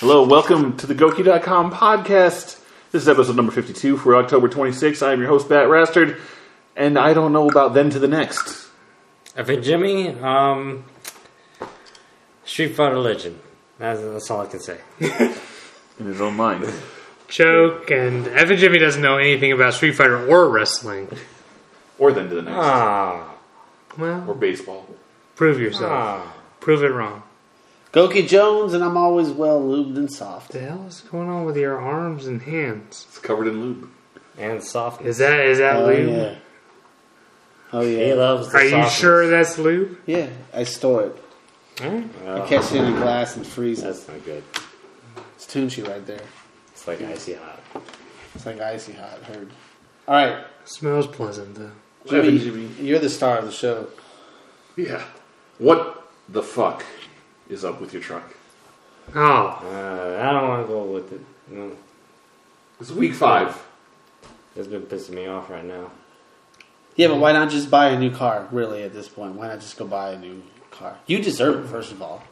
Hello, welcome to the Goki.com podcast. This is episode number 52 for October 26th. I am your host, Bat Rastard, and I don't know about then to the next. Okay, Jimmy, um, Street Fighter Legend. That's, that's all I can say. In his own mind. Choke and Evan Jimmy doesn't know anything about Street Fighter or wrestling. Or then to the next. Ah, Well, Or baseball. prove yourself. ah. Prove it wrong. Goki Jones, and I'm always well lubed and soft. The hell is going on with your arms and hands? It's covered in lube. Ah. and soft. Is that is that Oh lube? yeah. Oh He yeah. loves. The Are you softness. sure that's lube? Yeah, I store it. Mm, well, I catch it in a glass and freeze it. that's not good. It's Tunchi right there. It's like icy hot. It's like icy hot. Heard. All right, Smells pleasant though. Jimmy, Evan Jimmy. you're the star of the show. Yeah. What the fuck is up with your truck? Oh, Uh, I don't want to go with it. Mm, It's week five. it's been pissing me off right now. Yeah, but why not just buy a new car? Really, at this point, why not just go buy a new car? You deserve it, first of all.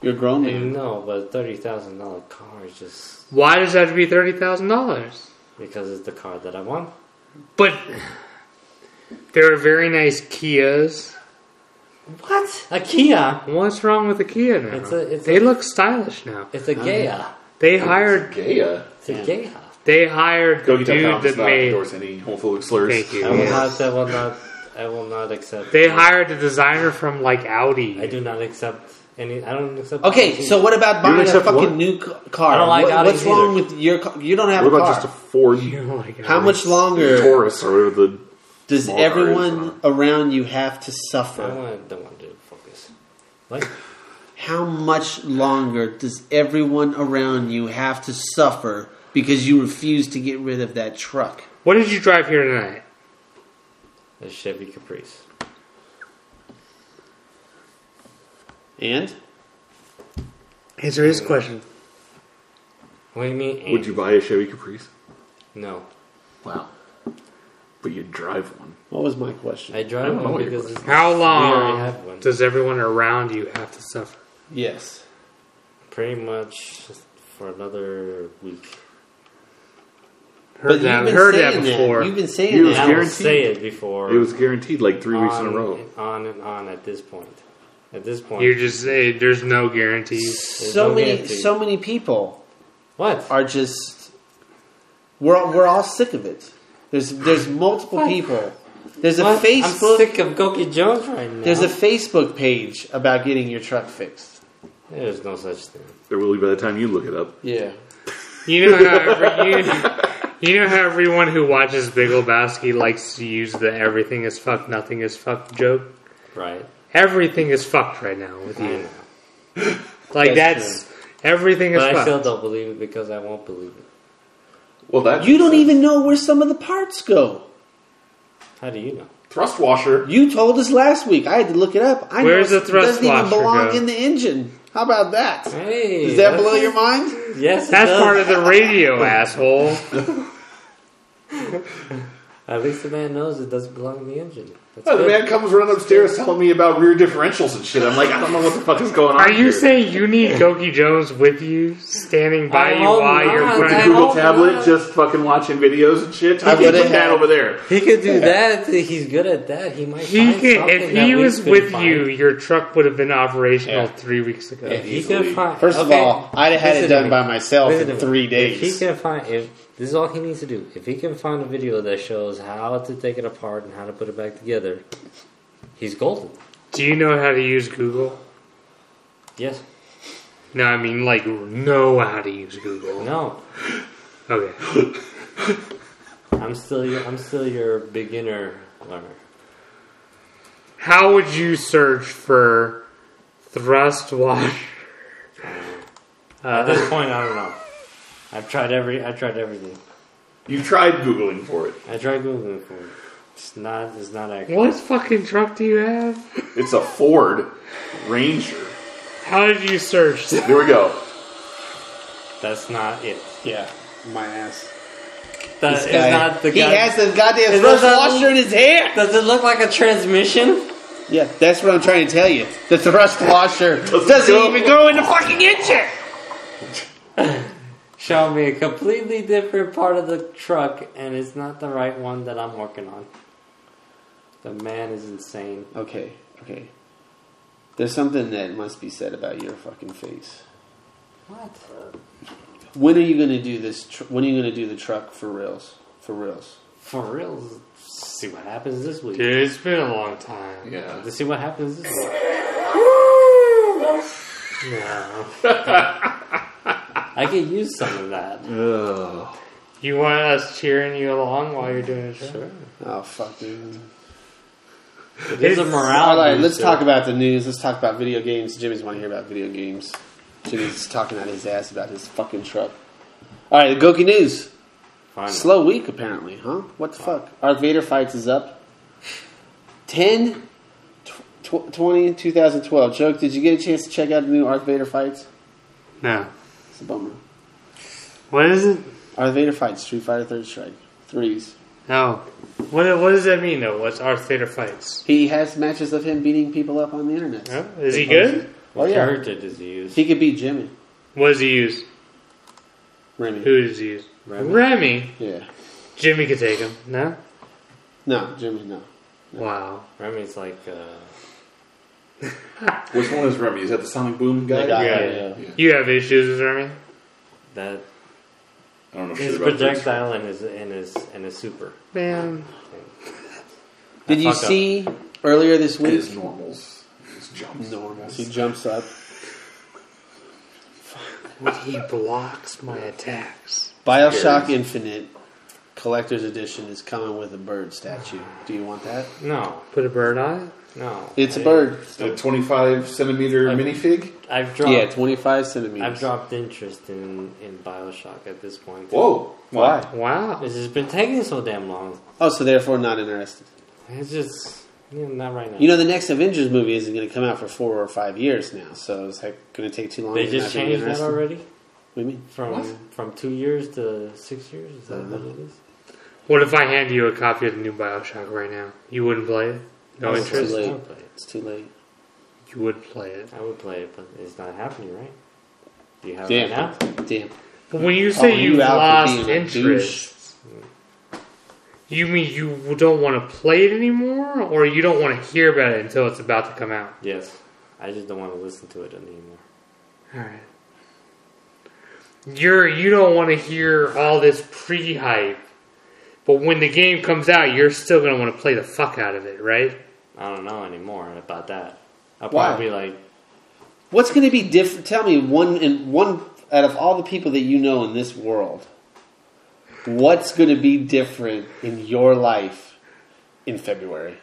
You're a grown man. No, but a thirty thousand dollar car is just why does that have to be thirty thousand dollars? because it's the car that I want. But there are very nice Kias. What? A Kia? What's wrong with the Kia now? It's a- it's they a- look stylish now. It's a Gaia. They hired Gaia. It's a Gaia. they hired the dude Goki.com does that not made. endorse any homophobic slurs. Thank you. I will yes. not. I will not. I will not accept. They hired the designer from like I Audi. do not accept any. I don't accept. Okay, so what about You're buying a except fucking what? new ca- car? I don't like What- What's Audis wrong with your car? You don't have What a about car. just a Ford You know, like How Audi. much longer Taurus or whatever the does Small car is, everyone around you have to I suffer? want, don't want to do focus. Like How much longer does everyone around you have to suffer because you refuse to get rid of that truck? What did you drive here tonight? a Chevy Caprice. And Answer his question. What do you mean? and? Would you buy a Chevy Caprice? No, Wow. But you'd drive one. what was my question? I I drive don't know one what your because question it's How We already have long one. does everyone around you have to suffer? yes. pretty much for another week. Heard that. Heard that saying before. You've been saying You- that. I will guaranteed. say it before. It was guaranteed like three on weeks in a row. and on and on. At this point, at this point, You're just eh, there's no guarantees. So no many, guarantee. so many people what? are just. We're all- we're all sick of it. There's there's multiple people. There's a What? I'm Facebook. sick of Goki Jones right now. There's a Facebook page about getting your truck fixed. There's no such thing. There will be by the time you look it up. Yeah. You know how every, you, you know how everyone who watches Big Lebowski likes to use the "everything is fucked, nothing is fucked" joke. Right? Everything is fucked right now with I know. you. Like That's that's, everything is But I fucked. still don't believe it because I won't believe it. Well, that You don't even know where some of the parts go. How do you know? thrust washer. You told us last week. I had to look it up. I Where's know the thrust It doesn't even washer belong go? in the engine. How about that? Does Hey, that that's- blow your mind? Yes, it that's does. part of the radio, asshole. At least the man knows it doesn't belong in the engine. That's Oh, the good. man comes running upstairs telling me about rear differentials and shit. I'm like, I don't know what the fuck is going on. Are you here. saying you need Goki Jones with you, standing by I you hope while you're not. With a I running? Google hope tablet, not. just fucking watching videos and shit. I I would would've put that had- over there. He could do that. He's good at that. He might. He find could, something if that he we was couldn't with find. you, your truck would have been operational Yeah. three weeks ago. If he Easily. could find. First okay, of all, I'd have had listen it to done me. by myself Listen in to me. three If he days. can find, if this is all he needs to do, if he can find a video that shows how to take it apart and how to put it back together, he's golden. Do you know how to use Google? Yes. No, I mean like know how to use Google. No. Okay. I'm still. Your, I'm still your beginner learner. How would you search for thrust washer? Uh, At this point, I don't know. I've tried every. I tried everything. You tried googling for it. I tried googling for it. It's not. It's not accurate. What fucking truck do you have? It's a Ford Ranger. How did you search? There we go. That's not it. Yeah, my ass. That is not the he guy. has the goddamn Is thrust that- washer in his hair. Does it look like a transmission? Yeah, that's what I'm trying to tell you. The thrust washer doesn't, go. even go in the fucking engine. Show me a completely different part of the truck, and it's not the right one that I'm working on. The man is insane. Okay, okay. There's something that must be said about your fucking face. What? When are you gonna do this? Tr- when are you gonna do the truck for reals? For reals? For real? See what happens this week. Dude, it's been a long time. Yeah. Let's see what happens this week. No. I could use some of that. Ugh. You want us cheering you along while you're doing a show? Sure. Oh fuck, dude. It is a morale. All right, let's booster. talk about the news. Let's talk about video games. Jimmy's want to hear about video games. Jimmy's talking out his ass about his fucking truck. All right, the Goki news. Finally. Slow week, apparently, huh? What the fuck? Darth Vader fights is up. 10 tw- 20 2012. Joke, did you get a chance to check out the new Darth Vader fights? No. It's a bummer. What is it? Darth Vader fights Street Fighter Third Strike threes. No. What, what does that mean, though? What's Arth Vader fights? He has matches of him beating people up on the internet. Huh? Is he good? Oh What yeah, character does he use? he could beat Jimmy What does he use? Remy. Who does he use? Remy. Remy. Yeah, Jimmy could take him. No? no, Jimmy, no. Wow. Remy's like, uh, Which one is Remy? Is that the Sonic Boom guy? They got Yeah. it, yeah. You have issues with Remy? that I don't know. his shit about this. projectile and his and his and his super. Man. Did you fuck up. see earlier this It week? is normals. It's jumps. Normal. He jumps up. He blocks my attacks. Bioshock Infinite Collector's Edition is coming with a bird statue. Do you want that? No, Put a bird on it? no. It's a I- bird. The 25 centimeter minifig? I've dropped. Yeah, 25 I've centimeters. dropped interest in in Bioshock at this point. Whoa. Why? Wow. This has been taking so damn long. Oh, so therefore not interested. It's just yeah, not right now. You know, the next Avengers movie isn't going to come out for four or five years now, so it's like going to take too long. they to just not be changed that interested. already What do you mean? from from two years to six years. Is that what it is? What if I hand you a copy of the new Bioshock right now? You wouldn't play it? No it's too interest? I late. would play it. It's too late. You would play it. I would play it, but it's not happening, right? Do you have it Damn. now? Damn. But when Oh, you say Calling you've you out for lost being a interest, you mean you don't want to play it anymore, or you don't want to hear about it until it's about to come out? Yes. I just don't want to listen to it anymore. All right. You're you don't want to hear all this pre-hype, but when the game comes out, you're still gonna want to play the fuck out of it, right? I don't know anymore about that. I'll Why? probably be like, What's going to be different? Tell me one in one out of all the people that you know in this world, what's going to be different in your life in February?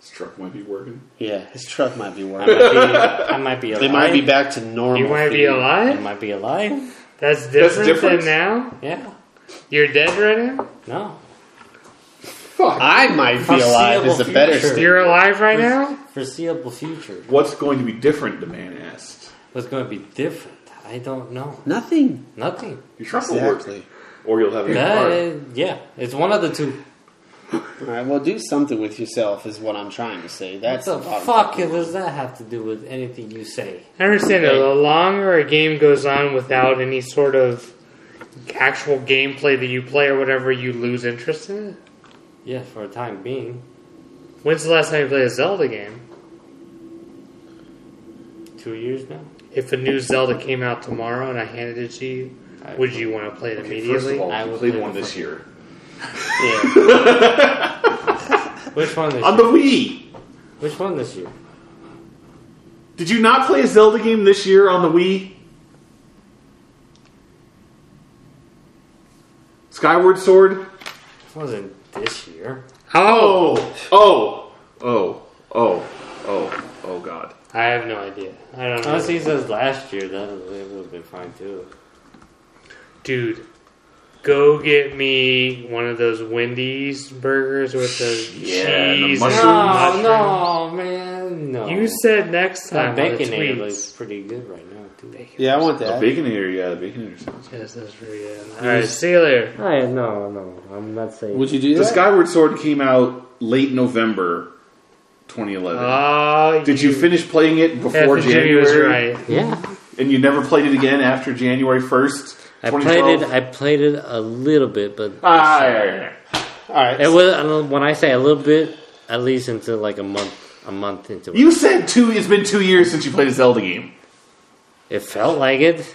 This truck might be working. Yeah, his truck might be I working. might be, I might be alive. they might be back to normal. You might for be I alive. might be alive. That's different, different. than now. Yeah. You're dead right now. No. Fuck. I might be alive is a Foreseeable better future. statement. You're alive right now. Foreseeable future. What's going to be different? The man asked. What's going to be different? I don't know. Nothing. Nothing. Your truck will work, Exactly. or you'll have a new That car. is- yeah. It's one of the two. All right, well, do something with yourself is what I'm trying to say. That's What the bottom fuck line. does that have to do with anything you say? I understand that the longer a game goes on without any sort of actual gameplay that you play or whatever, you lose interest in it. Yeah, for a time being. When's the last time you played a Zelda game? Two years now. If a new Zelda came out tomorrow and I handed it to you, would you want to play it Okay, immediately? first of all, I I will played play one the this first- year Yeah. Which one this on year? the Wii. Which one this year? Did you not play a Zelda game this year on the Wii? Skyward Sword. It wasn't this year. How? Oh, oh, oh, oh, oh, oh, God. I have no idea. I don't know. Unless he says last year, that it would have been fine too. Dude, go get me one of those Wendy's burgers with the Yeah, and the cheese. mushroom. No, and no, man, no. You said next that time. on the baconator tweets. looks pretty good right now too. yeah, I want A that. Baconator, yeah, Baconator sounds. Yes, that's pretty good. All right, see you later. I no, no, I'm not saying. Would you do The that? Skyward Sword came out late November, 2011. Oh, Ah, Did you finish playing it before Ah, Jimmy was January? right. yeah, And you never played it again after January first, I played it. I played it a little bit, but Ah, yeah, yeah, yeah. All right. it was I don't- when I say a little bit, at least until like a month, a month into it. You said two. It's been two years since you played a Zelda game. It felt like it.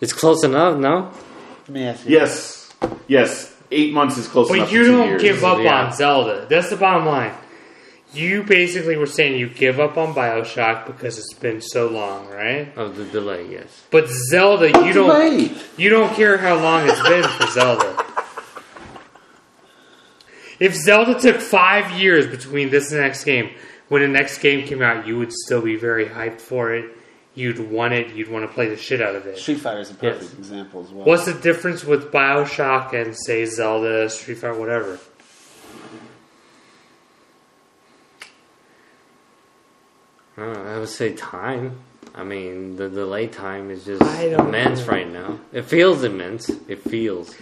It's close enough, no? Let me ask you. Yes, yes. Eight months is close enough. But to you two don't years. give up yeah. on Zelda. That's the bottom line. You basically were saying you give up on Bioshock because it's been so long, right? Of the delay, yes. But Zelda, you don't Wait. you don't care how long it's been for Zelda. If Zelda took five years between this and the next game, when the next game came out, you would still be very hyped for it. You'd want it. You'd want to play the shit out of it. Street Fighter is a perfect Yes. example as well. What's the difference with Bioshock and say Zelda, Street Fighter, whatever? I, don't know, I would say time. I mean, the delay time is just I don't immense right now. It feels immense. It feels.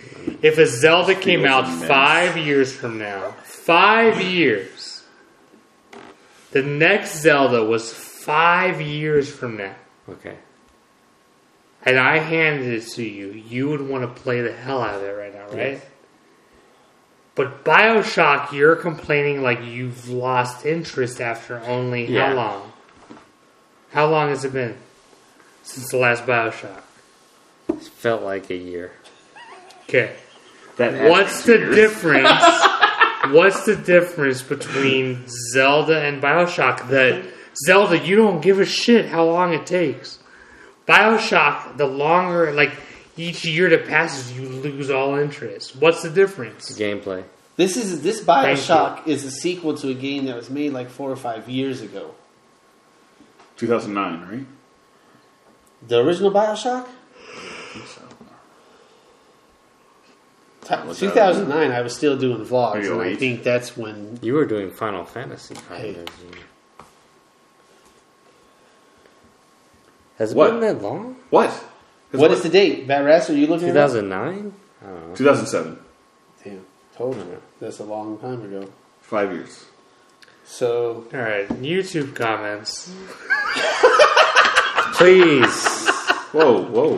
If a Zelda came out immense. five years from now, five years, the next Zelda was five years from now, Okay. and I handed it to you, you would want to play the hell out of it right now, right? But Bioshock, you're complaining like you've lost interest after only Yeah. how long? How long has it been since the last Bioshock? It felt like a year. Okay. That has What's two the years. difference? What's the difference between Zelda and Bioshock? That Zelda, you don't give a shit how long it takes. Bioshock, the longer, like each year that passes, you lose all interest. What's the difference? Gameplay. This is this Thank you. Bioshock is a sequel to a game that was made like four or five years ago. 2009, right? The original Bioshock, I think so. Ta- What's that? 2009. I was still doing vlogs, Maybe and I late. think that's when. You were doing Final Fantasy. Kind of. Has it What? been that long? What? What is the date, Bat Rats? Are you looking at? it? 2009? I don't know. 2007? Damn, told you that's a long time ago. Five years. So All right, YouTube comments. Please. Whoa, whoa.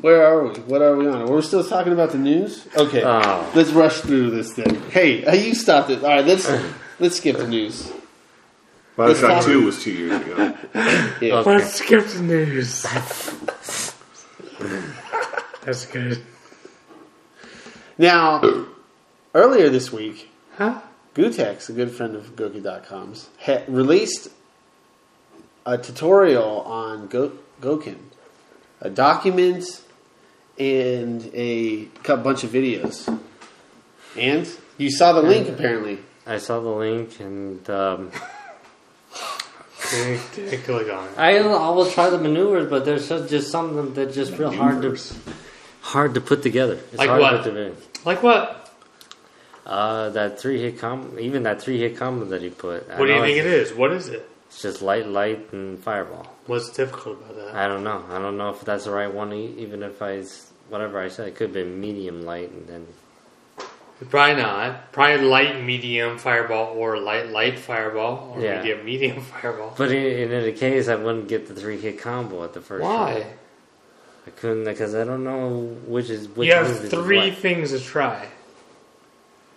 where are we? What are we on? We're still talking about the news. Okay, Oh. let's rush through this thing. Hey, uh, you stopped it. All right, let's let's skip the news. Let's Bioshock talk- 2 was two years ago. Yeah. Okay. Let's skip the news. That's good. Now, earlier this week, Huh? Gutex, a good friend of Goki.com's, ha- released a tutorial on Go- Gokin, a document, and a cu- bunch of videos. And you saw the link, apparently. I saw the link and um, Click- Click on it. I, I will try the maneuvers, but there's so- just something that just real hard to hard to put together. It's Like hard what? to put together. Like what? Uh, that three hit combo, even that three hit combo that he put. What do you think it is? What is it? It's just light, light, and fireball. What's difficult about that? I don't know. I don't know if that's the right one. e- Even if I s- whatever I said, it could be medium light, and then Probably not. Probably light, medium fireball, or light, light fireball, or Yeah. medium, medium fireball. but in, in any case, I wouldn't get the three hit combo at the first. Why? shot. I couldn't because I don't know which is which. you move have is three what. things to try: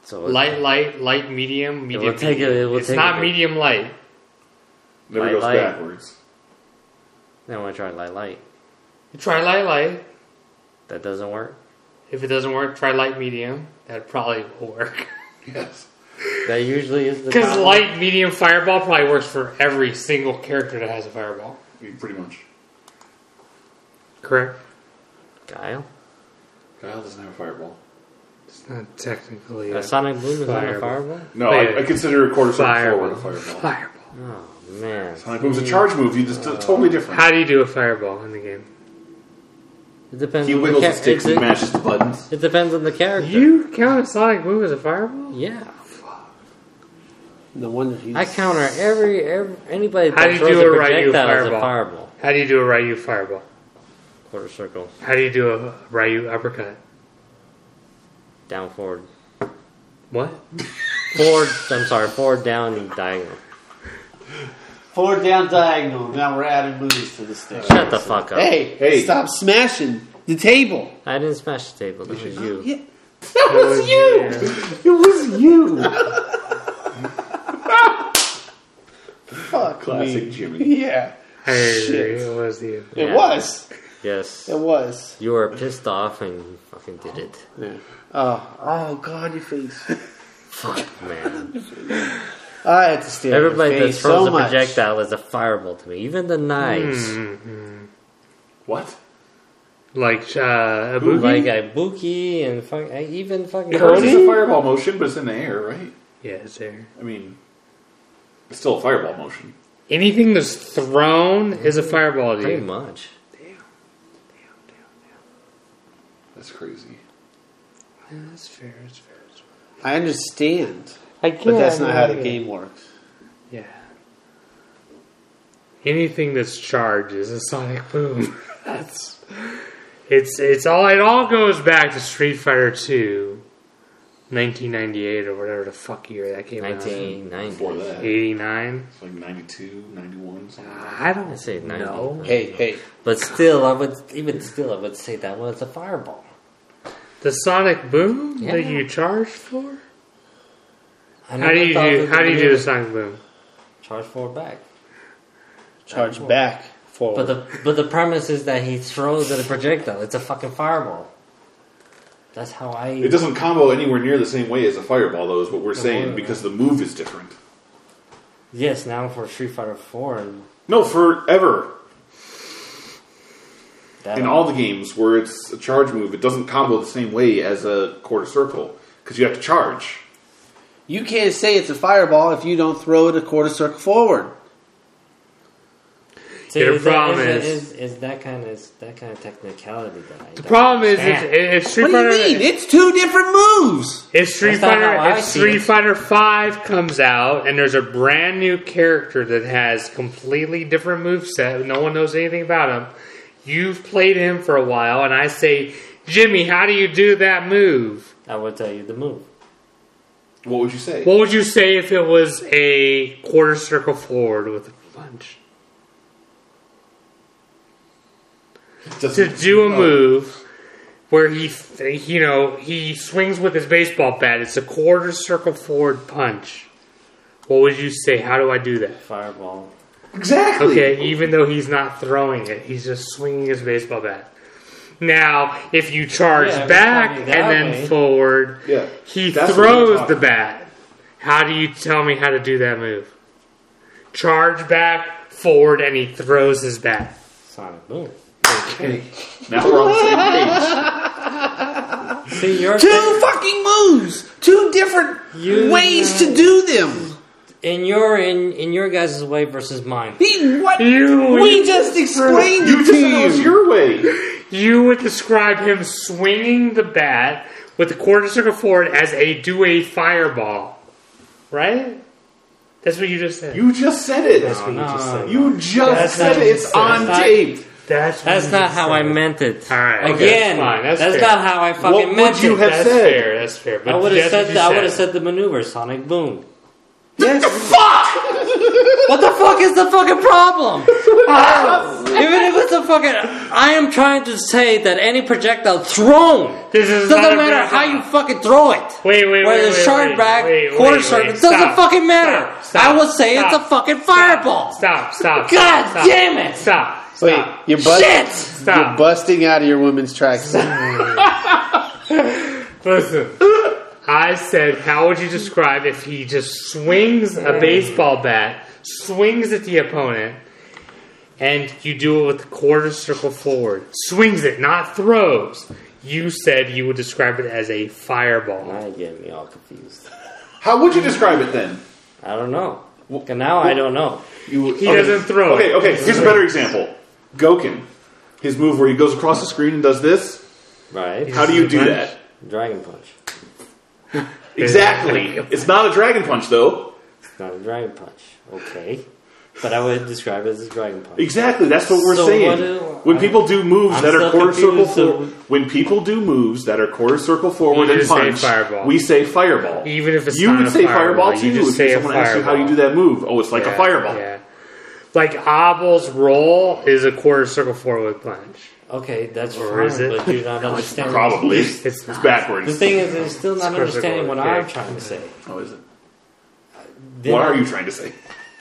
So it's- light, light, light, medium, medium. will take a- it medium. will it's take a not bit. medium light. Never Light, goes light. backwards. Then I try light, light. You try light, light. That doesn't work. If it doesn't work, try light, medium. That probably will work. Yes. That usually is the Because problem. light, medium fireball probably works for every single character that has a fireball. Pretty much. Correct. Guile. Kyle doesn't have a fireball. It's not technically A sonic boom is not a Fireball. fireball. No, Wait. I, I consider a quarter circle forward a fireball. fireball. Fireball. Oh man, Sonic Boom's a charge move. You just totally different. How do you do a fireball in the game? it depends. he on wiggles the the cha- sticks it, and mashes the buttons. it depends on the character. You count a sonic move as a fireball? Yeah, No wonder he's. I counter every, every anybody How do that you throws do a a Ryu projectile as a fireball? fireball. How do you do a Ryu fireball? Quarter circle, How do you do a Ryu uppercut? down, forward, What? forward. I'm sorry, forward, down, and diagonal. Four down diagonal. Now we're adding movies to this thing. Shut the fuck up. Hey, Hey. stop smashing the table. I didn't smash the table. That was you. Yeah. That was you. It was you. Fuck Classic me. Jimmy. Yeah. Hey, Shit. it was you. It Yeah. was. Yes. It was. You were pissed off and you fucking did it. Oh, oh God, your face. Fuck, man. I had to stare Everybody at your that face throws so a much. projectile is a fireball to me. Even the knives. Hmm. What? Like uh, Abuki? Like Ibuki and fuck, I even fucking. It hurts it's a fireball motion, but it's in the air, right? yeah, it's there. I mean, it's still a fireball motion. Anything that's thrown is a fireball to Pretty you. much. That's crazy. Yeah, that's fair. That's fair. That's fair. I understand, I get but that's not how the game works. Yeah. Anything that's charged is a sonic boom. that's it's it's all it all goes back to Street Fighter 2, 1998 or whatever the fuck year that came out. 1990. Before that, it's 89. like 92, 91, something. I I don't say 90. know. Hey, hey. But still, I would even still I would say that one is a fireball. The sonic boom that Yeah. you charge for? I How never do you thought do that how they do you would do the sonic boom? Charge forward back. Charge back forward. But the but the premise is that he throws at a projectile. It's a fucking fireball. That's how I. It doesn't combo anywhere near the same way as a fireball, though, is what we're saying, because the move is different. Yes, now for Street Fighter Four and No, forever. that. In all the games where it's a charge move, it doesn't combo the same way as a quarter circle, because you have to charge. you can't say it's a fireball if you don't throw it a quarter circle forward. See, Your is that- problem is, is- is, is that kind of that kind of technicality that I. The problem is if, understand. if Street What do you Fighter mean? It's two different moves. If Street That's not Fighter, how I if see Street it. Fighter Five comes out and there's a brand new character that has completely different moveset, no one knows anything about him. You've played him for a while, and I say, Jimmy, how do you do that move? I will tell you the move. What would you say? What would you say if it was a quarter circle forward with a punch? It doesn't- to do a Oh. move where he, th- you know, he swings with his baseball bat. It's a quarter circle forward punch. What would you say? How do I do that? Fireball. Exactly. Okay, even though he's not throwing it, he's just swinging his baseball bat. Now, if you charge Yeah, if it's back coming and that then way. forward, Yeah. he That's what we're throws talking the bat. How do you tell me how to do that move? Charge back, forward, and he throws his bat. Sonic boom. Okay. Now we're on the same page. See, you're Two fucking moves. Two different You- ways to do them. in your in in your guys' way versus mine. He, what? You- we just explained You it just said it was to you. your way. You would describe him swinging the bat with the quarter circle forward as a do a fireball, right? That's what you just said. You just said it. No, no, no. You just That's said not it. It's what on you said. tape. that's what That's you not just how said. I meant it. All right, okay, Again, that's fine, that's that's, fair. not how I fucking What would meant you it. have That's said. fair. That's fair. But I would have that's what said, you I would have said the maneuver, Sonic Boom. Yes. What the fuck is the fucking problem? Even if it's a fucking, I am trying to say that any projectile thrown This is not doesn't a matter projectile. how you fucking throw it. Wait, wait, Whether wait, it's wait, shard wait, back, wait, wait, quarter wait, circle, it stop, doesn't fucking matter. stop, stop, I would say it's stop, a fucking stop, fireball. Stop! Stop! God stop, damn it. Stop! Wait, Stop! you're, bust- Shit! you're stop! busting out of your women's tracks. Listen, I said, how would you describe if he just swings a baseball bat, swings at the opponent, and you do it with the quarter circle forward? Swings it, not throws. You said you would describe it as a fireball. Now you get me all confused. How would you describe it then? I don't know. Well, Now I don't know. You, He doesn't throw Okay, it. okay. Here's a better example. Gokin, his move where he goes across the screen and does this. Right? How do you do Punch. that? Dragon Punch. Exactly. It's not a dragon punch though. It's not a dragon punch. Okay. But I would describe it as a dragon punch. Exactly. That's what we're So saying. what do- when people do moves I'm that are so quarter circle confused, so- forward, when people do moves that are quarter circle forward You and just say punch, fireball. we say fireball. Even if it's you not would a say fireball, fireball you too. just if say a someone asks you how you fireball. do that move, oh, it's like a fireball. Yeah. Like Abel's role is a quarter circle forward punch. Okay, that's Or fine, is it? but you're not understanding. Probably. It's, It's not. The backwards. thing is, I'm still not It's understanding what critical, I'm okay. trying to say. Oh, is it? Didn't what are I- you trying to say?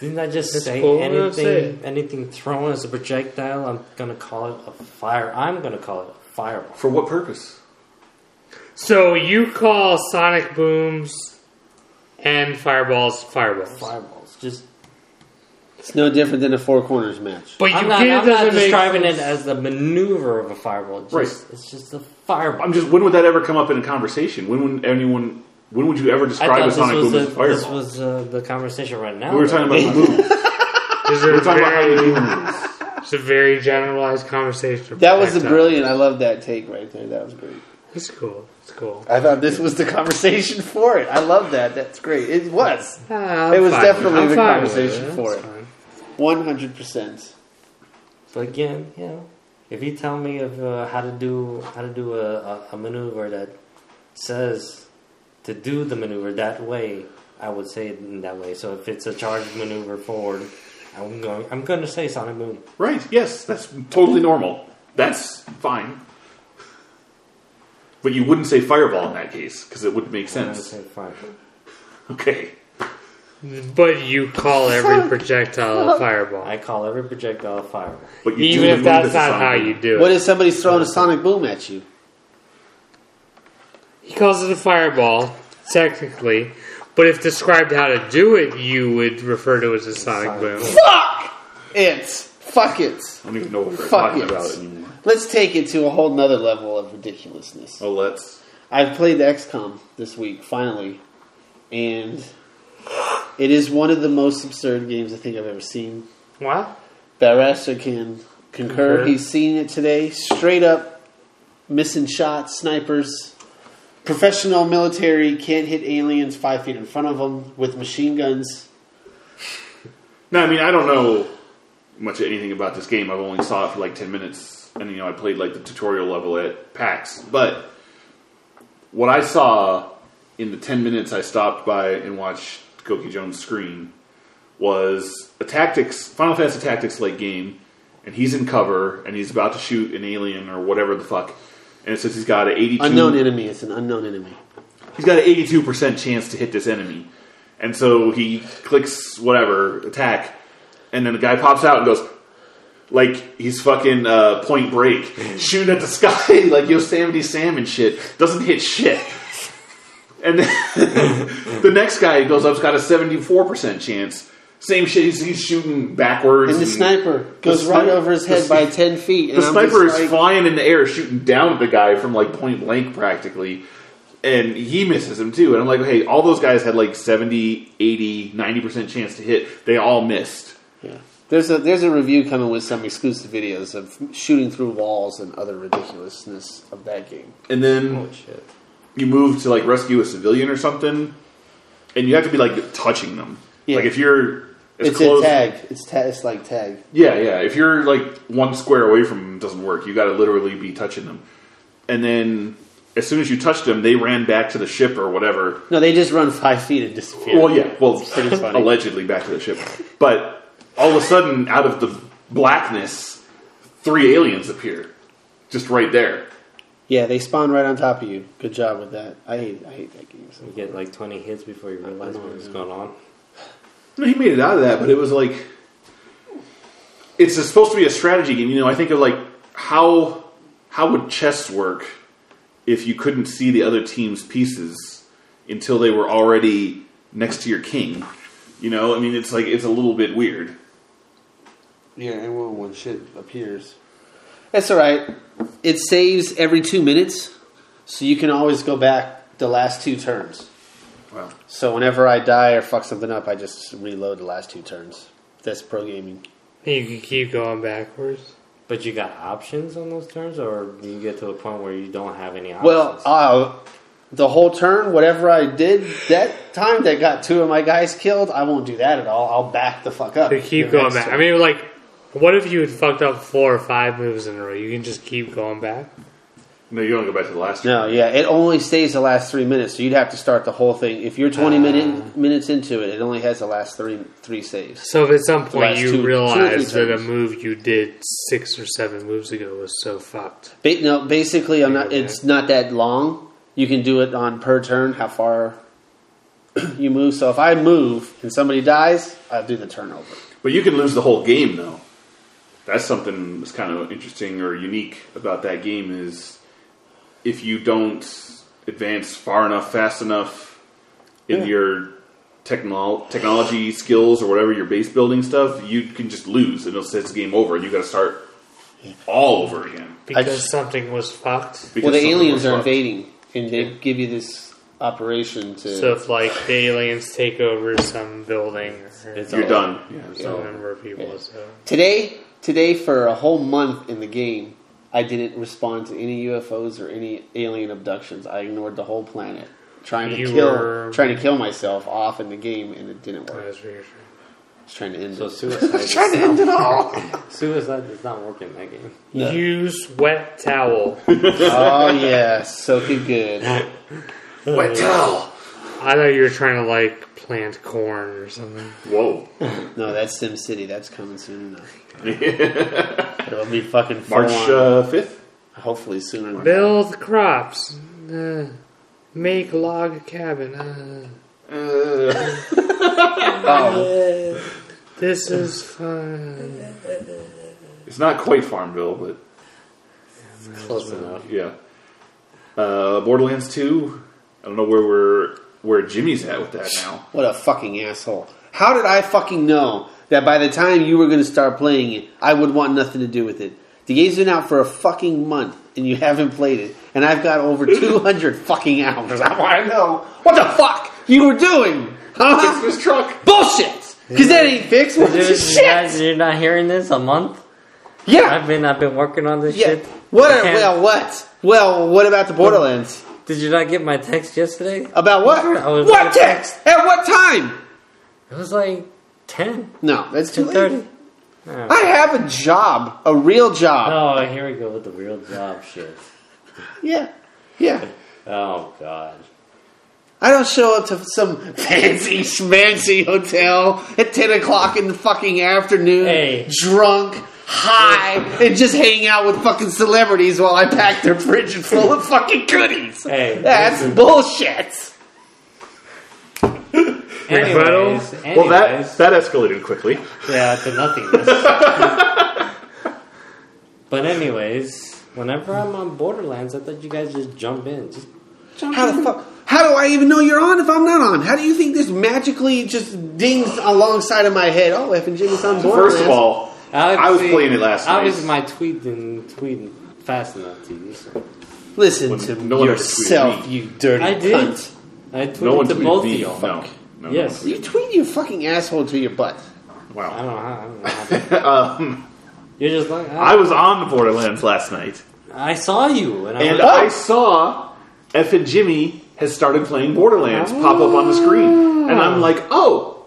Didn't I just It's say cool, I'm gonna anything? say it. Anything thrown as a projectile, I'm gonna call it a fire. I'm gonna call it a fireball. For what purpose? So you call sonic booms and fireballs fireballs. Fireballs. Just It's no different than a four corners match. But you I'm not, get it I'm doesn't not make describing it sense. as the maneuver of a fireball. Just, Right. It's just a fireball. I'm just. When would that ever come up in a conversation? When would anyone? When would you ever I describe thought a this sonic was, boom the, as a this fireball? was uh, the conversation right now. We were though. talking about the moves. It's a We were talking about how very- you do moves. It's a very generalized conversation. That was a Back up. brilliant. I love that take right there. That was great. It's cool. It's cool. I thought this was the conversation for it. I love that. That's great. It was. Ah, It I'm was fine definitely with it. the I'm fine conversation with for That's it. fine. 100%. But again, you know, if you tell me of uh, how to do how to do a, a, a maneuver that says to do the maneuver that way, I would say it in that way. So if it's a charged maneuver forward, I'm going I'm going to say Sonic Boom. Right. Yes, that's totally normal. That's fine. But you wouldn't say fireball in that case because it wouldn't make I'm going to sense. say fine. Okay. But you call every projectile a fireball, I call every projectile a fireball. But you do even the if move that's as a not sonic how boom. you do it. What if somebody's throwing a sonic boom at you? He calls it a fireball, technically. But if described how to do it, you would refer to it as a sonic boom. Fuck it. Fuck it. I don't even know what we're Fuck talking it. about anymore. Let's take it to a whole nother level of ridiculousness. Oh, let's. I've played the XCOM this week, finally, and it is one of the most absurd games I think I've ever seen. What? Barrester can concur. Concur. He's seen it today. Straight up missing shots, snipers, professional military can't hit aliens five feet in front of them with machine guns. No, I mean I don't know much of anything about this game. I've only saw it for like ten minutes, and you know I played like the tutorial level at PAX. But what I saw in the ten minutes I stopped by and watched Goki Jones screen was a tactics Final Fantasy Tactics like game, and he's in cover and he's about to shoot an alien or whatever the fuck, and it says he's got an eighty-two Unknown enemy. It's an unknown enemy. he's got an 82% chance to hit this enemy. And so he clicks whatever, attack, and then the guy pops out and goes, like he's fucking uh, point break, shooting at the sky like Yosemite Sam and shit. Doesn't hit shit. And then the next guy goes up's got a 74% chance. Same shit, he's, he's shooting backwards. And the sniper goes sni- right over his head the- by ten feet. And the I'm sniper just is like, flying in the air, shooting down at the guy from like point blank practically, and he misses him too. And I'm like, hey, all those guys had like 70, 80, 90% chance to hit. They all missed. Yeah. There's a there's a review coming with some exclusive videos of shooting through walls and other ridiculousness of that game. And then Shit. you move to like rescue a civilian or something, and you have to be like touching them. Yeah. Like if you're as it's close, a tag. It's ta- it's like tag. Yeah, yeah. If you're like one square away from them, it doesn't work. You got to literally be touching them. And then as soon as you touched them, they ran back to the ship or whatever, No, they just run five feet and disappear. Well, yeah. Well, pretty funny. allegedly back to the ship, but all of a sudden, out of the blackness, three aliens appear, just right there. Yeah, they spawn right on top of you. Good job with that. I hate I hate that game. So. You get like 20 hits before you realize what was going on. No, he made it out of that, but it was like it's supposed to be a strategy game. You know, I think of like how how would chess work if you couldn't see the other team's pieces until they were already next to your king. You know, I mean, it's like it's a little bit weird. Yeah, and when, when shit appears, that's all right. It saves every two minutes, so you can always go back the last two turns. Well, So whenever I die or fuck something up, I just reload the last two turns. That's pro gaming. You can keep going backwards. But you got options on those turns, or do you get to a point where you don't have any options? Well, uh, the whole turn, whatever I did that time that got two of my guys killed, I won't do that at all. I'll back the fuck up. You keep The going next back. I turn. mean, like, what if you had fucked up four or five moves in a row? You can just keep going back. No, you don't go back to the last. No, yeah, it only stays the last three minutes, so you'd have to start the whole thing. If you're 20 minute, minutes into it, it only has the last three three saves. So if at some point Last two- two you or realize three that a times. move you did six or seven moves ago was so fucked, Ba- no, basically, I'm not. Yeah, yeah. It's not that long. You can do it on per turn, how far you move. So if I move and somebody dies, I'll do the turnover. But you can lose the whole game though. That's something that's kind of interesting or unique about that game is if you don't advance far enough, fast enough in Yeah. your technol- technology skills or whatever your base building stuff, you can just lose and it's, it's game over and you got to start all over again. because just- something was fucked. Because Well, the something aliens was are fucked. invading, and they give you this operation to. So if like the aliens take over some building, or It's You're all- done. Yeah, so- some number of people, Yeah. so Today, today for a whole month in the game, I didn't respond to any UFOs or any alien abductions. I ignored the whole planet, trying to You kill, were- trying to kill myself off in the game, and it didn't work. that's weird. I was trying to end So it. suicide. is Trying to not- end it all. Suicide does not work in that game. No. Use wet towel. oh yeah, soaking good. Wet towel. I thought you were trying to like plant corn or something. Whoa. No, that's Sim City. That's coming soon enough. It'll be fucking full March on. uh, 5th? Hopefully sooner. than that. Build crops. Uh, make log cabin. Uh, Uh, Oh, this is fun. it's not quite Farmville, but Close enough. Yeah. Uh, Borderlands 2. I don't know where we're where Jimmy's at with that now. what a fucking asshole! How did I fucking know that by the time you were going to start playing it, I would want nothing to do with it? The game's been out for a fucking month, and you haven't played it, and I've got over two hundred fucking hours. I want to know what the fuck you were doing, huh? Christmas truck. Bullshit. Because that ain't fixed. What Dude, is you guys, shit? you're not hearing this a month. Yeah, I've been I've been working on this Yeah. shit. What? I Are, can't- well, what? Well, what about the Borderlands? Did you not get my text yesterday? About what? I was- What text? At what time? It was like ten. No, that's too late. 2:30. I have a job, a real job. Oh, here we go with the real job shit. Yeah, yeah. Oh god. I don't show up to some fancy schmancy hotel at ten o'clock in the fucking afternoon, Hey. drunk, high, and just hang out with fucking celebrities while I pack their fridge full of fucking goodies. Hey, that's bullshit. Rebuttal? Anyways, anyways, Well, that that escalated quickly. yeah to nothingness. but anyways, whenever I'm on Borderlands, I thought you guys just jump in. Just jump How in. the fuck? How do I even know you're on if I'm not on? How do you think this magically just dings alongside of my head? Oh, F and Jimmy's on board. First of all, I was Obviously- playing it last night. Obviously, my tweet didn't tweet fast enough to you. So. listen When to no one ever yourself, tweeted you dirty I did. cunt. I tweeted no one to tweeted both me. of y'all. No. no. Yes. You tweet your fucking asshole to your butt. no. I Wow. don't know how. I don't know how. Um, You're just like I, I was on the Borderlands last night, I saw you, and I and was, I saw F and Jimmy has started playing Borderlands pop up on the screen, and I'm like, oh,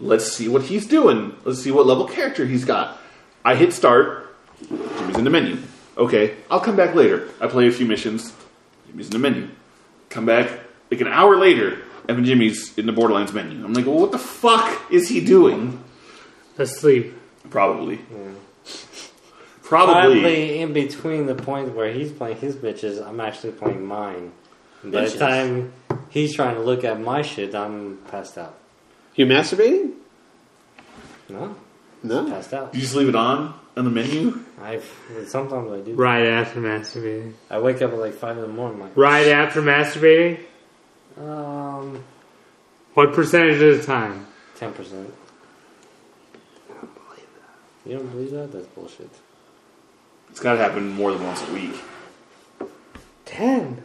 let's see what he's doing. Let's see what level character he's got. I hit start. Jimmy's in the menu. Okay, I'll come back later. I play a few missions. Jimmy's in the menu. Come back like an hour later. Evan Jimmy's in the Borderlands menu. I'm like, well, what the fuck is he doing? Asleep. Probably. probably. Probably. in between the point where he's playing his bitches, I'm actually playing mine. And By the Bitches. time he's trying to look at my shit, I'm passed out. You masturbating? No, No. passed out. You just leave it on on the menu. I sometimes I do. Right after masturbating. I wake up at like five in the morning. Like, Right after masturbating. um, What percentage of the time? ten percent. You don't believe that? That's bullshit. It's got to happen more than once a week. Ten.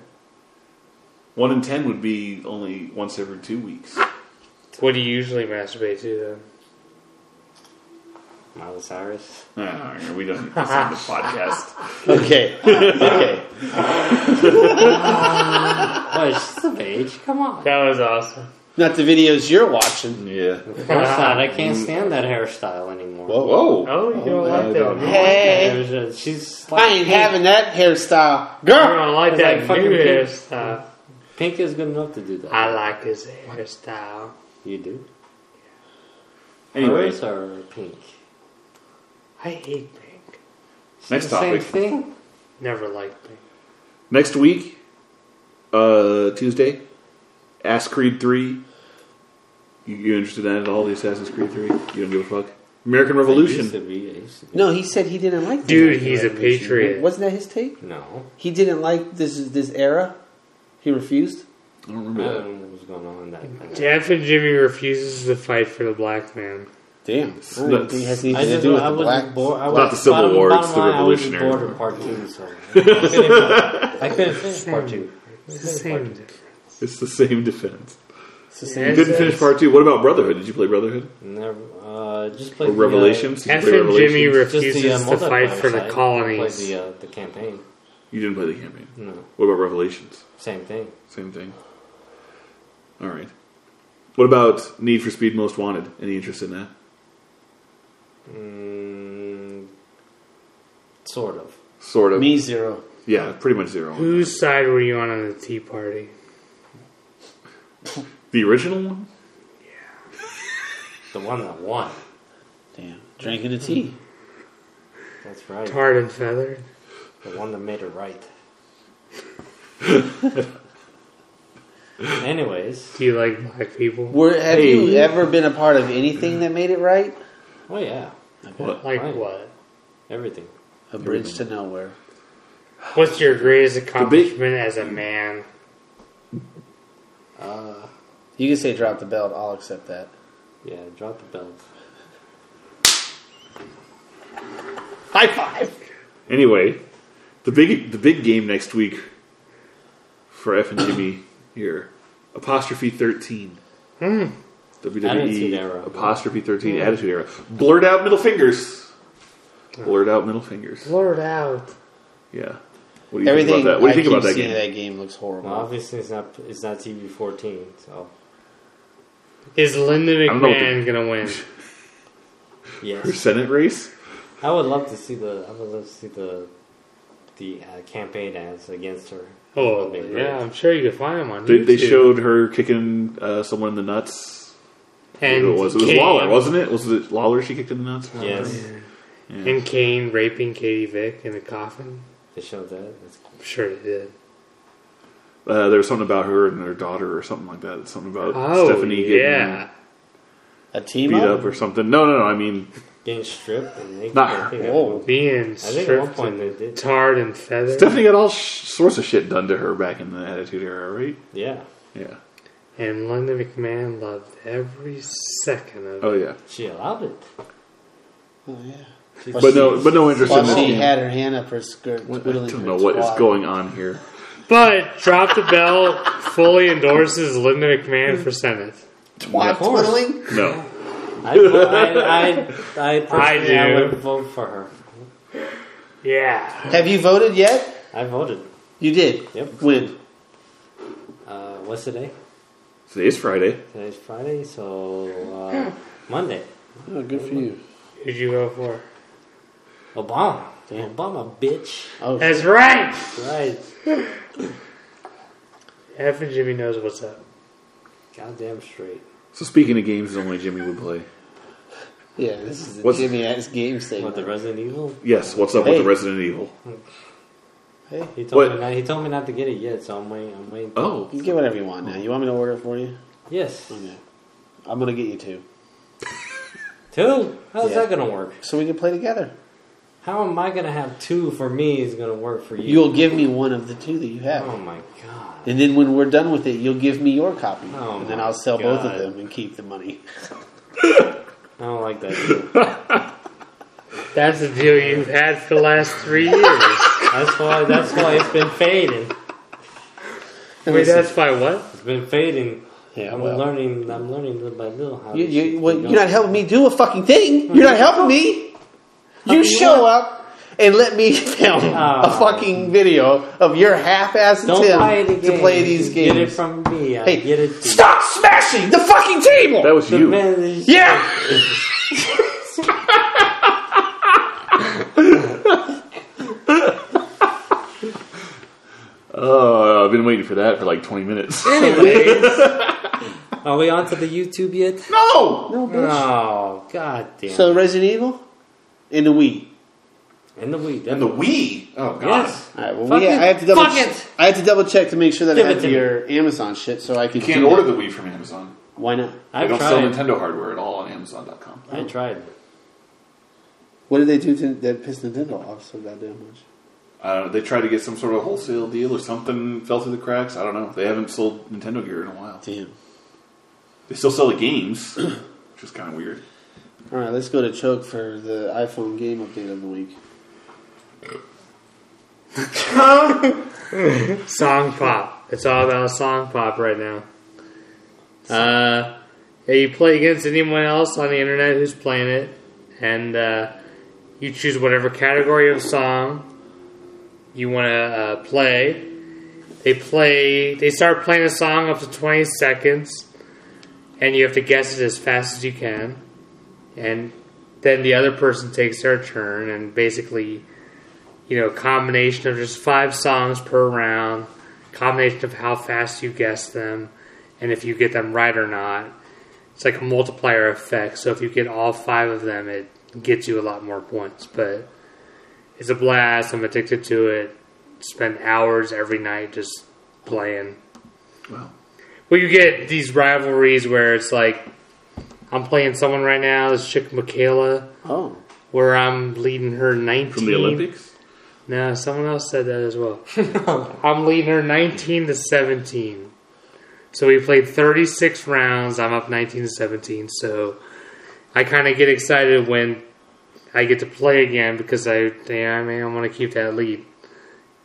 One in ten would be only once every two weeks. Ah, What do you usually masturbate to Miley Cyrus. Ah, we don't need this on the podcast. Okay. okay. What? She's of age. Come on. then? That was awesome. Not the videos you're watching. Yeah. Of course not. I can't stand that hairstyle anymore. Whoa. Whoa. Oh, you don't Oh, like I that. don't You know. don't like Hey. It was just- she's like I ain't pink. having that hairstyle. I Girl! don't like It's that like fucking new pink. hairstyle. Pink is good enough to do that. I like his hairstyle. you do. Anyway, Hers are pink. I hate pink. It's Next the topic. Same thing. Never liked pink. next week, uh, Tuesday, Ass Creed 3. You, you interested in that at all, the Assassin's Creed 3? You don't give a fuck? American Used to Revolution. be, it used to be. No, he said he didn't like the Dude, American he's a Revolution. patriot. Wasn't that his take? No. He didn't like this this era. He refused. I don't I remember that. don't know what was going on in that thing. Jeff and Jimmy refuses to fight for the black man. Damn, I don't That's- think it has anything I to just, do with I the was black. bored. I It's was, not the Civil bottom- War, it's bottom the line, I was just Revolutionary bored War. with part two, so I couldn't finish- I couldn't finish part two. It's the same. It's the same defense. It's the You same. couldn't finish part two. What about Brotherhood? Did you play Brotherhood? Never, uh, just play Or the, uh, Revelations? Did you Jeff play and Revelations? Jimmy just the, refuses uh, to fight multiplayer for the side. colonies. Play the, uh, the campaign. You didn't play the campaign. No, What about Revelations? same thing. Same thing. All right. What about Need for Speed Most Wanted? Any interest in that? Mm, sort of. Sort of. Me zero. Yeah, pretty much zero. Whose side were you on in the Tea Party? The original one? The one that won. Damn, drinking the tea. That's right. Tarred and feathered. The one that made it right. Anyways, Do you like black people? Were, have you Hey. ever been a part of anything that made it right? oh yeah, What? Like Right. what? everything. A bridge to nowhere. What's your greatest accomplishment as a man? You can say drop the belt. I'll accept that. Yeah, drop the belt. High five. Anyway, the big the big game next week for F and Jimmy here. Apostrophe thirteen. Hmm. WWE Attitude Era. Apostrophe thirteen attitude era. Blurred out middle fingers. Blurred out middle fingers. Blurt out. Yeah. What do you Everything. think about that? What do you I think about keep that seeing game? That game looks horrible. Well, obviously it's not it's not TV fourteen. So Is Linda don't know what McMahon gonna win? Her yes, Senate race? I would love to see the I would love to see the the uh, campaign ads against her. Oh That'd be great. yeah, I'm sure you can find him on They, YouTube. they showed her kicking uh, someone in the nuts. and Who it was. It was Kane, Lawler, wasn't it? Was it Lawler she kicked in the nuts? Yes, And Kane raping Katie Vick in the coffin. they showed that. That's cool. I'm sure he did. Uh, there was something about her and her daughter or something like that. Something about Oh Stephanie getting yeah. a team beat up. up or something. No, no, no. I mean, Getting stripped and naked. Not I think at Whoa. one- Being I think at one stripped point and they did. tarred and feathered. Stephanie got all sh- sorts of shit done to her back in the Attitude Era, right? Yeah, Yeah. And Linda McMahon loved every second of it. Oh yeah. she allowed it. Oh, yeah. She- But no, but no interest Well, in this she game. had her hand up her skirt. I twiddling don't her know what is twat. going on here. But Drop the Bell fully endorses Linda McMahon for Senate. Twat Of course. twiddling. No. I, I, I, I, personally, I, do. would vote for her. Yeah. Have you voted yet? I voted. You did. Yep. When? Uh, what's today? Today's Friday. Today's Friday, so uh, Monday. Oh, good for you. Who'd you go for? Obama. Obama, bitch. Oh, That's right! Right. F and Jimmy knows what's up. Goddamn straight. So speaking of games, that only Jimmy would play. yeah. This is the What's- Jimmy ass game thing. What, the Resident Evil? Yes. What's up Hey. with the Resident Evil? hey, He told, What? me not, he told me not to get it yet, so I'm waiting. I'm waiting. Oh. you can get whatever you want now. You want me to order it for you? Yes. Okay. I'm gonna get you two, Two? How's Yeah. that going to work? so we can play together. How am I going to have two for me is going to work for you? You'll give me one of the two that you have, oh my god. and then when we're done with it, you'll give me your copy, Oh and then my I'll sell both of God. them and keep the money. I don't like that. deal. That's the deal you've had for the last three years. that's why. That's why it's been fading. Wait, that's by what? It's been fading. Yeah, I'm well. learning. I'm learning little by little how. You, this you, shit's well, been you're not going. helping me do a fucking thing. You're not helping me. You mean, show up and let me film a Oh. fucking video of your half-ass Don't buy the attempt game. to play these games. Get it from me. I hey, get it. to stop smashing the fucking table! That was The you. man is- yeah, Oh, I've been waiting for that for like 20 minutes. Anyways, are we on to the YouTube yet? no! no, bitch. Oh, god damn. So Resident Evil in the Wii. In the weed. And the Wii. Oh, God. yes. All right, well, Fuck we, it. I have to double. Fuck ch- it. I have to double check to make sure that Give I it have to me. your Amazon shit, so I can. You can't do order the it. Wii from Amazon. Why not? They I've don't sell tried. Nintendo hardware at all on Amazon.com. I tried. What did they do to that pissed Nintendo off so goddamn much? Uh, they tried to get some sort of wholesale deal or something, fell through the cracks. I don't know. They haven't sold Nintendo gear in a while. Damn. They still sell the games, which is kind of weird. All right, let's go to Choke for the iPhone game update of the week. Song pop. It's all about song pop right now. Uh, yeah, you play against anyone else on the internet who's playing it, and uh, you choose whatever category of song you want to uh, play. They play. They start playing a song up to twenty seconds, and you have to guess it as fast as you can. And then the other person takes their turn, and basically you know, combination of just five songs per round, combination of how fast you guess them, and if you get them right or not. It's like a multiplier effect. So if you get all five of them, it gets you a lot more points. But it's a blast. I'm addicted to it. Spend hours every night just playing. Well, Well, you get these rivalries where it's like, I'm playing someone right now, this chick Michaela, Oh, where I'm leading her 19. from the Olympics? No, someone else said that as well. Oh, I'm leading her 19 to 17. So we played 36 rounds. I'm up 19 to 17. So I kind of get excited when I get to play again because I damn man, I want to keep that lead.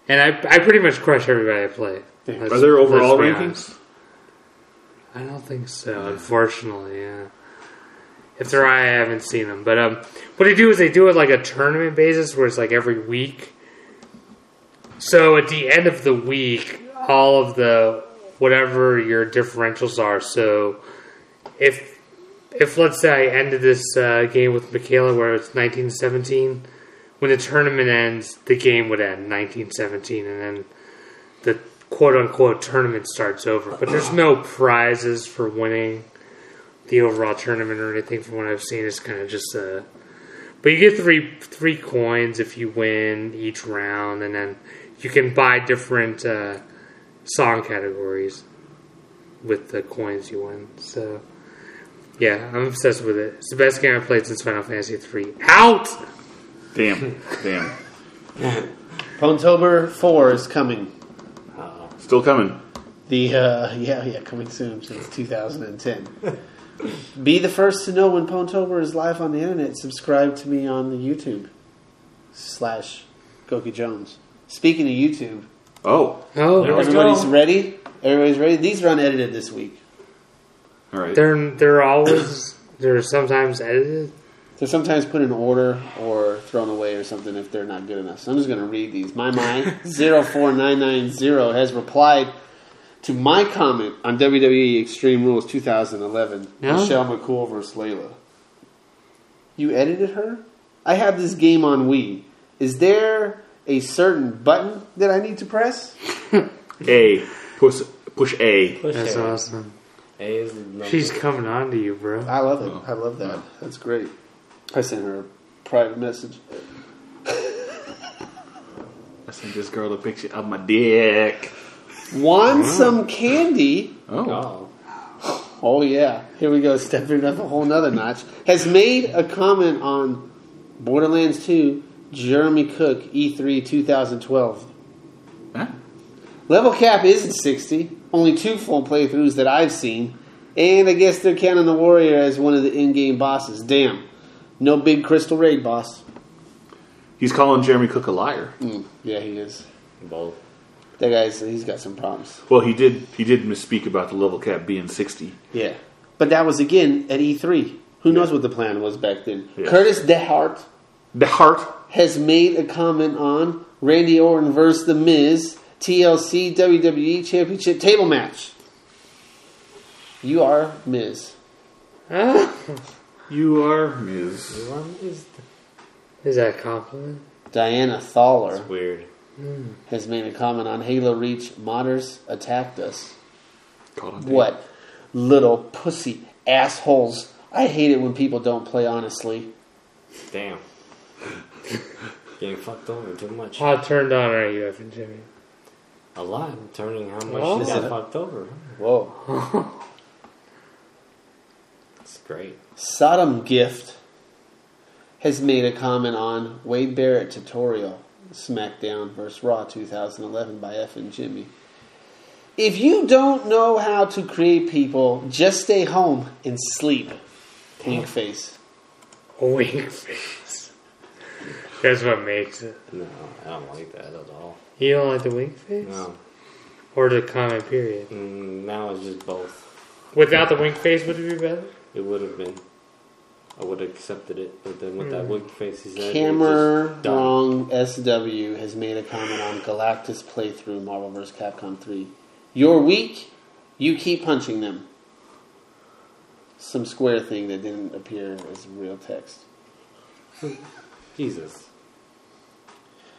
And I, I pretty much crush everybody I play. Let's- Are there overall let's be honest. rankings? I don't think so, unfortunately. Yeah. If there are, I haven't seen them. But um, what they do is they do it like a tournament basis, where it's like every week. So at the end of the week, all of the whatever your differentials are. So if if let's say I ended this uh, game with Michaela, where it's nineteen seventeen, when the tournament ends, the game would end nineteen seventeen, and then the quote unquote tournament starts over. But there's no prizes for winning the overall tournament or anything from what I've seen. It's kind of just a. But you get three three coins if you win each round, and then you can buy different uh, song categories with the coins you win. So, yeah, I'm obsessed with it. It's the best game I've played since Final Fantasy III. Out. Damn. Damn. Pontober Four is coming. Still coming. The uh, yeah, yeah, coming soon since 2010. Be the first to know when Pontober is live on the internet. Subscribe to me on the YouTube slash Goki Jones. Speaking of YouTube, Oh. Oh, There we go. everybody's ready. Everybody's ready. These are unedited this week. All right. they're they're always they're sometimes edited. They're sometimes put in order or thrown away or something if they're not good enough. So I'm just going to read these. My mind 04990 has replied to my comment on WWE Extreme Rules 2011, Yeah? Michelle McCool versus Layla. You edited her? I have this game on Wii. Is there a certain button that I need to press? A. Push, push A. Push That's it. awesome. Hey, is the number. She's coming on to you, bro. I love it. I love that. That's great. I sent her a private message. I sent this girl a picture of my dick. Want some candy? Oh. Oh. Oh yeah, here we go, stepping it up a whole nother notch. Has made a comment on Borderlands 2, Jeremy Cook, E E3 2012. Huh? Level cap isn't 60, only two full playthroughs that I've seen, and I guess they're counting the Warrior as one of the in-game bosses. Damn, no big Crystal Raid boss. He's calling Jeremy Cook a liar. Mm, yeah, he is. Both. That guy's he's got some problems. Well, he did. He did misspeak about the level cap being sixty. Yeah. But that was E again at E3. Who knows what the plan was back then? Yeah. Curtis DeHart The heart. has made a comment on Randy Orton versus The Miz TLC WWE E Championship table match. You are Miz. You are Miz. One is Is that a compliment? Diana Thaler that's weird. has made a comment on Halo Reach. Modders attacked us. Caught on tape. What little pussy assholes! I hate it when people don't play honestly. Damn. Getting fucked over too much. How turned on are you, Evan Jimmy? A lot. Turning how much Well, she yeah. got fucked over. Whoa. It's great. Sodom Gift has made a comment on Wade Barrett tutorial SmackDown vs. Raw 2011 by F and Jimmy. If you don't know how to create people, just stay home and sleep. Pink face. A wink face. That's what makes it. No, I don't like that at all. You don't like the wink face? No. Or the comment period? Mm, now it's just both. Without the wink face, would it be better? It would have been. I would have accepted it, but then with that wig face he said, it Camera just done. Wrong SW has made a comment on Galactus playthrough Marvel vs. Capcom 3. You're weak, you keep punching them. Some square thing that didn't appear as real text. Jesus.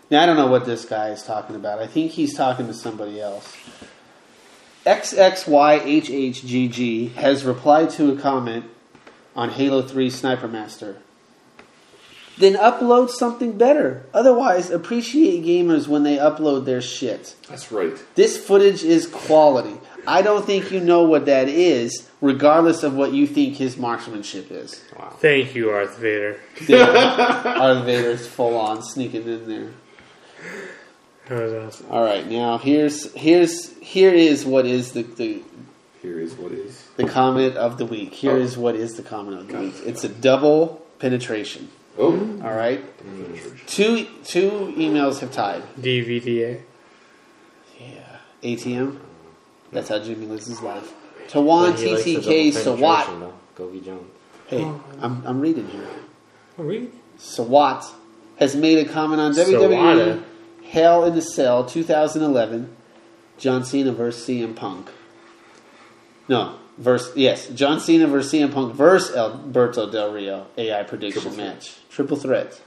Now I don't know what this guy is talking about. I think he's talking to somebody else. XXYHHGG has replied to a comment on Halo 3 Sniper Master. Then upload something better. Otherwise, appreciate gamers when they upload their shit. That's right. This footage is quality. I don't think you know what that is, regardless of what you think his marksmanship is. Wow. Thank you, Arth Vader. Darth Vader's full on sneaking in there. That was awesome. All right, now here's here's here is what is the the, Here is what is. the comment of the week. Oh. Here is what is the comment of the week. It's a double penetration. Oh. All right, two two emails have tied. DVDA. Yeah, ATM. That's how Jimmy lives his life. Tawan He likes the double TTK penetration, Sawat. though. Gogi Jones. Hey, I'm I'm reading here. Really? Sawat has made a comment on WWE Sawada. Hell in the Cell 2011, John Cena versus CM Punk. No, verse yes, John Cena versus CM Punk versus Alberto Del Rio AI prediction match, triple threat.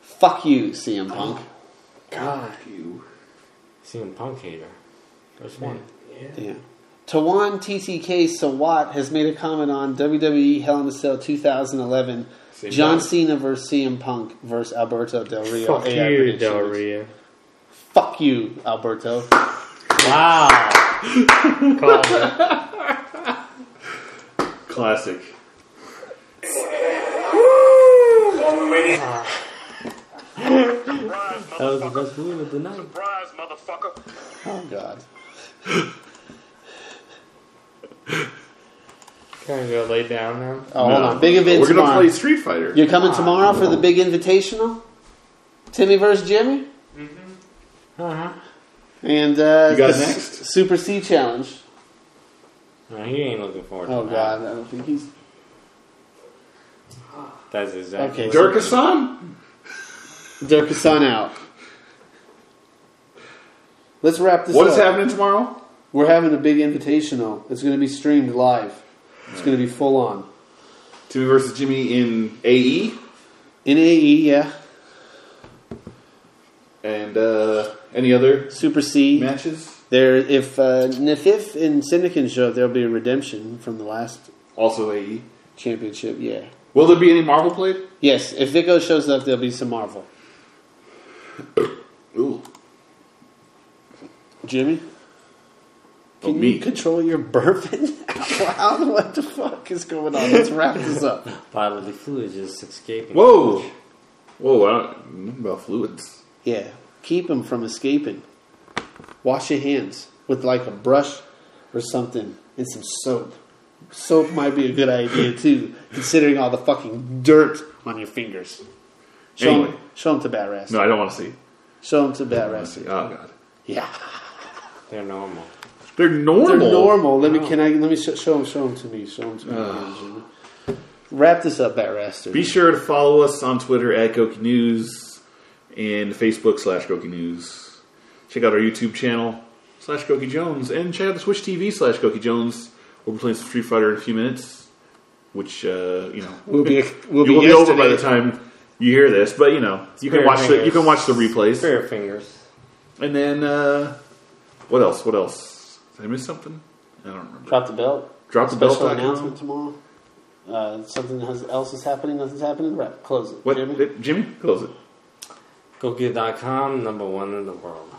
Fuck you, CM Punk. God. You. CM Punk hater. First one. Yeah. Tawan TTK Sawat has made a comment on WWE Hell in a Cell 2011 Same John guy. Cena versus CM Punk versus Alberto Del Rio. Fuck AI you, prediction Del match. Rio. Fuck you, Alberto. Wow. Call it. Classic. That was the best move of the night. Surprise, motherfucker. Oh God. Can I go lay down now? Oh, hold No. on. Big event We're tomorrow. gonna play Street Fighter. You're coming tomorrow for the big invitational. Timmy versus Jimmy. Mm-hmm. Uh-huh. And uh, Mm-hmm. You got the next? S- Super C challenge. No, he ain't looking forward to Oh that. God, I don't think he's That's exactly. Okay. Dirk Hassan? Dirk Hassan out. Let's wrap this What up. is happening tomorrow? We're having a big invitational. It's going to be streamed live. It's going to be full on. Timmy versus Jimmy in E? AE. NAE, E, yeah. And uh, any other Super C. matches? There, if uh, Nafif and Syndicate show up, there'll be a redemption from the last Also AE. championship. Yeah. Will there be any Marvel played? Yes, if Vico shows up, there'll be some Marvel. Ooh. Jimmy, Oh, can you me. control your burping? wow, what the fuck is going on? Let's wrap this up. Bodily fluid just escaping. Whoa. Whoa, I don't know about fluids. Yeah, keep him from escaping. Wash your hands with like a brush or something and some soap. Soap might be a good idea too, considering all the fucking dirt on your fingers. Show, Anyway. him, show him to Batrass. No, I don't want to see. Show him to I want to Batrass. see. Oh god. Yeah, They're normal. They're normal. they're normal. Let me can I let me sh- show him. Show him to me. Show him to me. again, Jimmy. Wrap this up, Bat Raster. Be sure to follow us on Twitter at Goki News and Facebook slash Goki News. Check out our YouTube channel slash Goki Jones and check out the Switch TV slash Goki Jones. We'll be playing some Street Fighter in a few minutes, which uh, you know We'll be we'll will be, be, over by the yesterday. time you hear this. But you know you can Spare watch the you fingers. can watch the replays. Spirit fingers. And then uh, what else? What else? Did I miss something? I don't remember. Drop the belt. Drop the Special bell. announcement tomorrow. Uh, something has, else is happening. Nothing's happening. Wrap. Close it. What? Jimmy? Jimmy, close it. Gokia.com, number one in the world.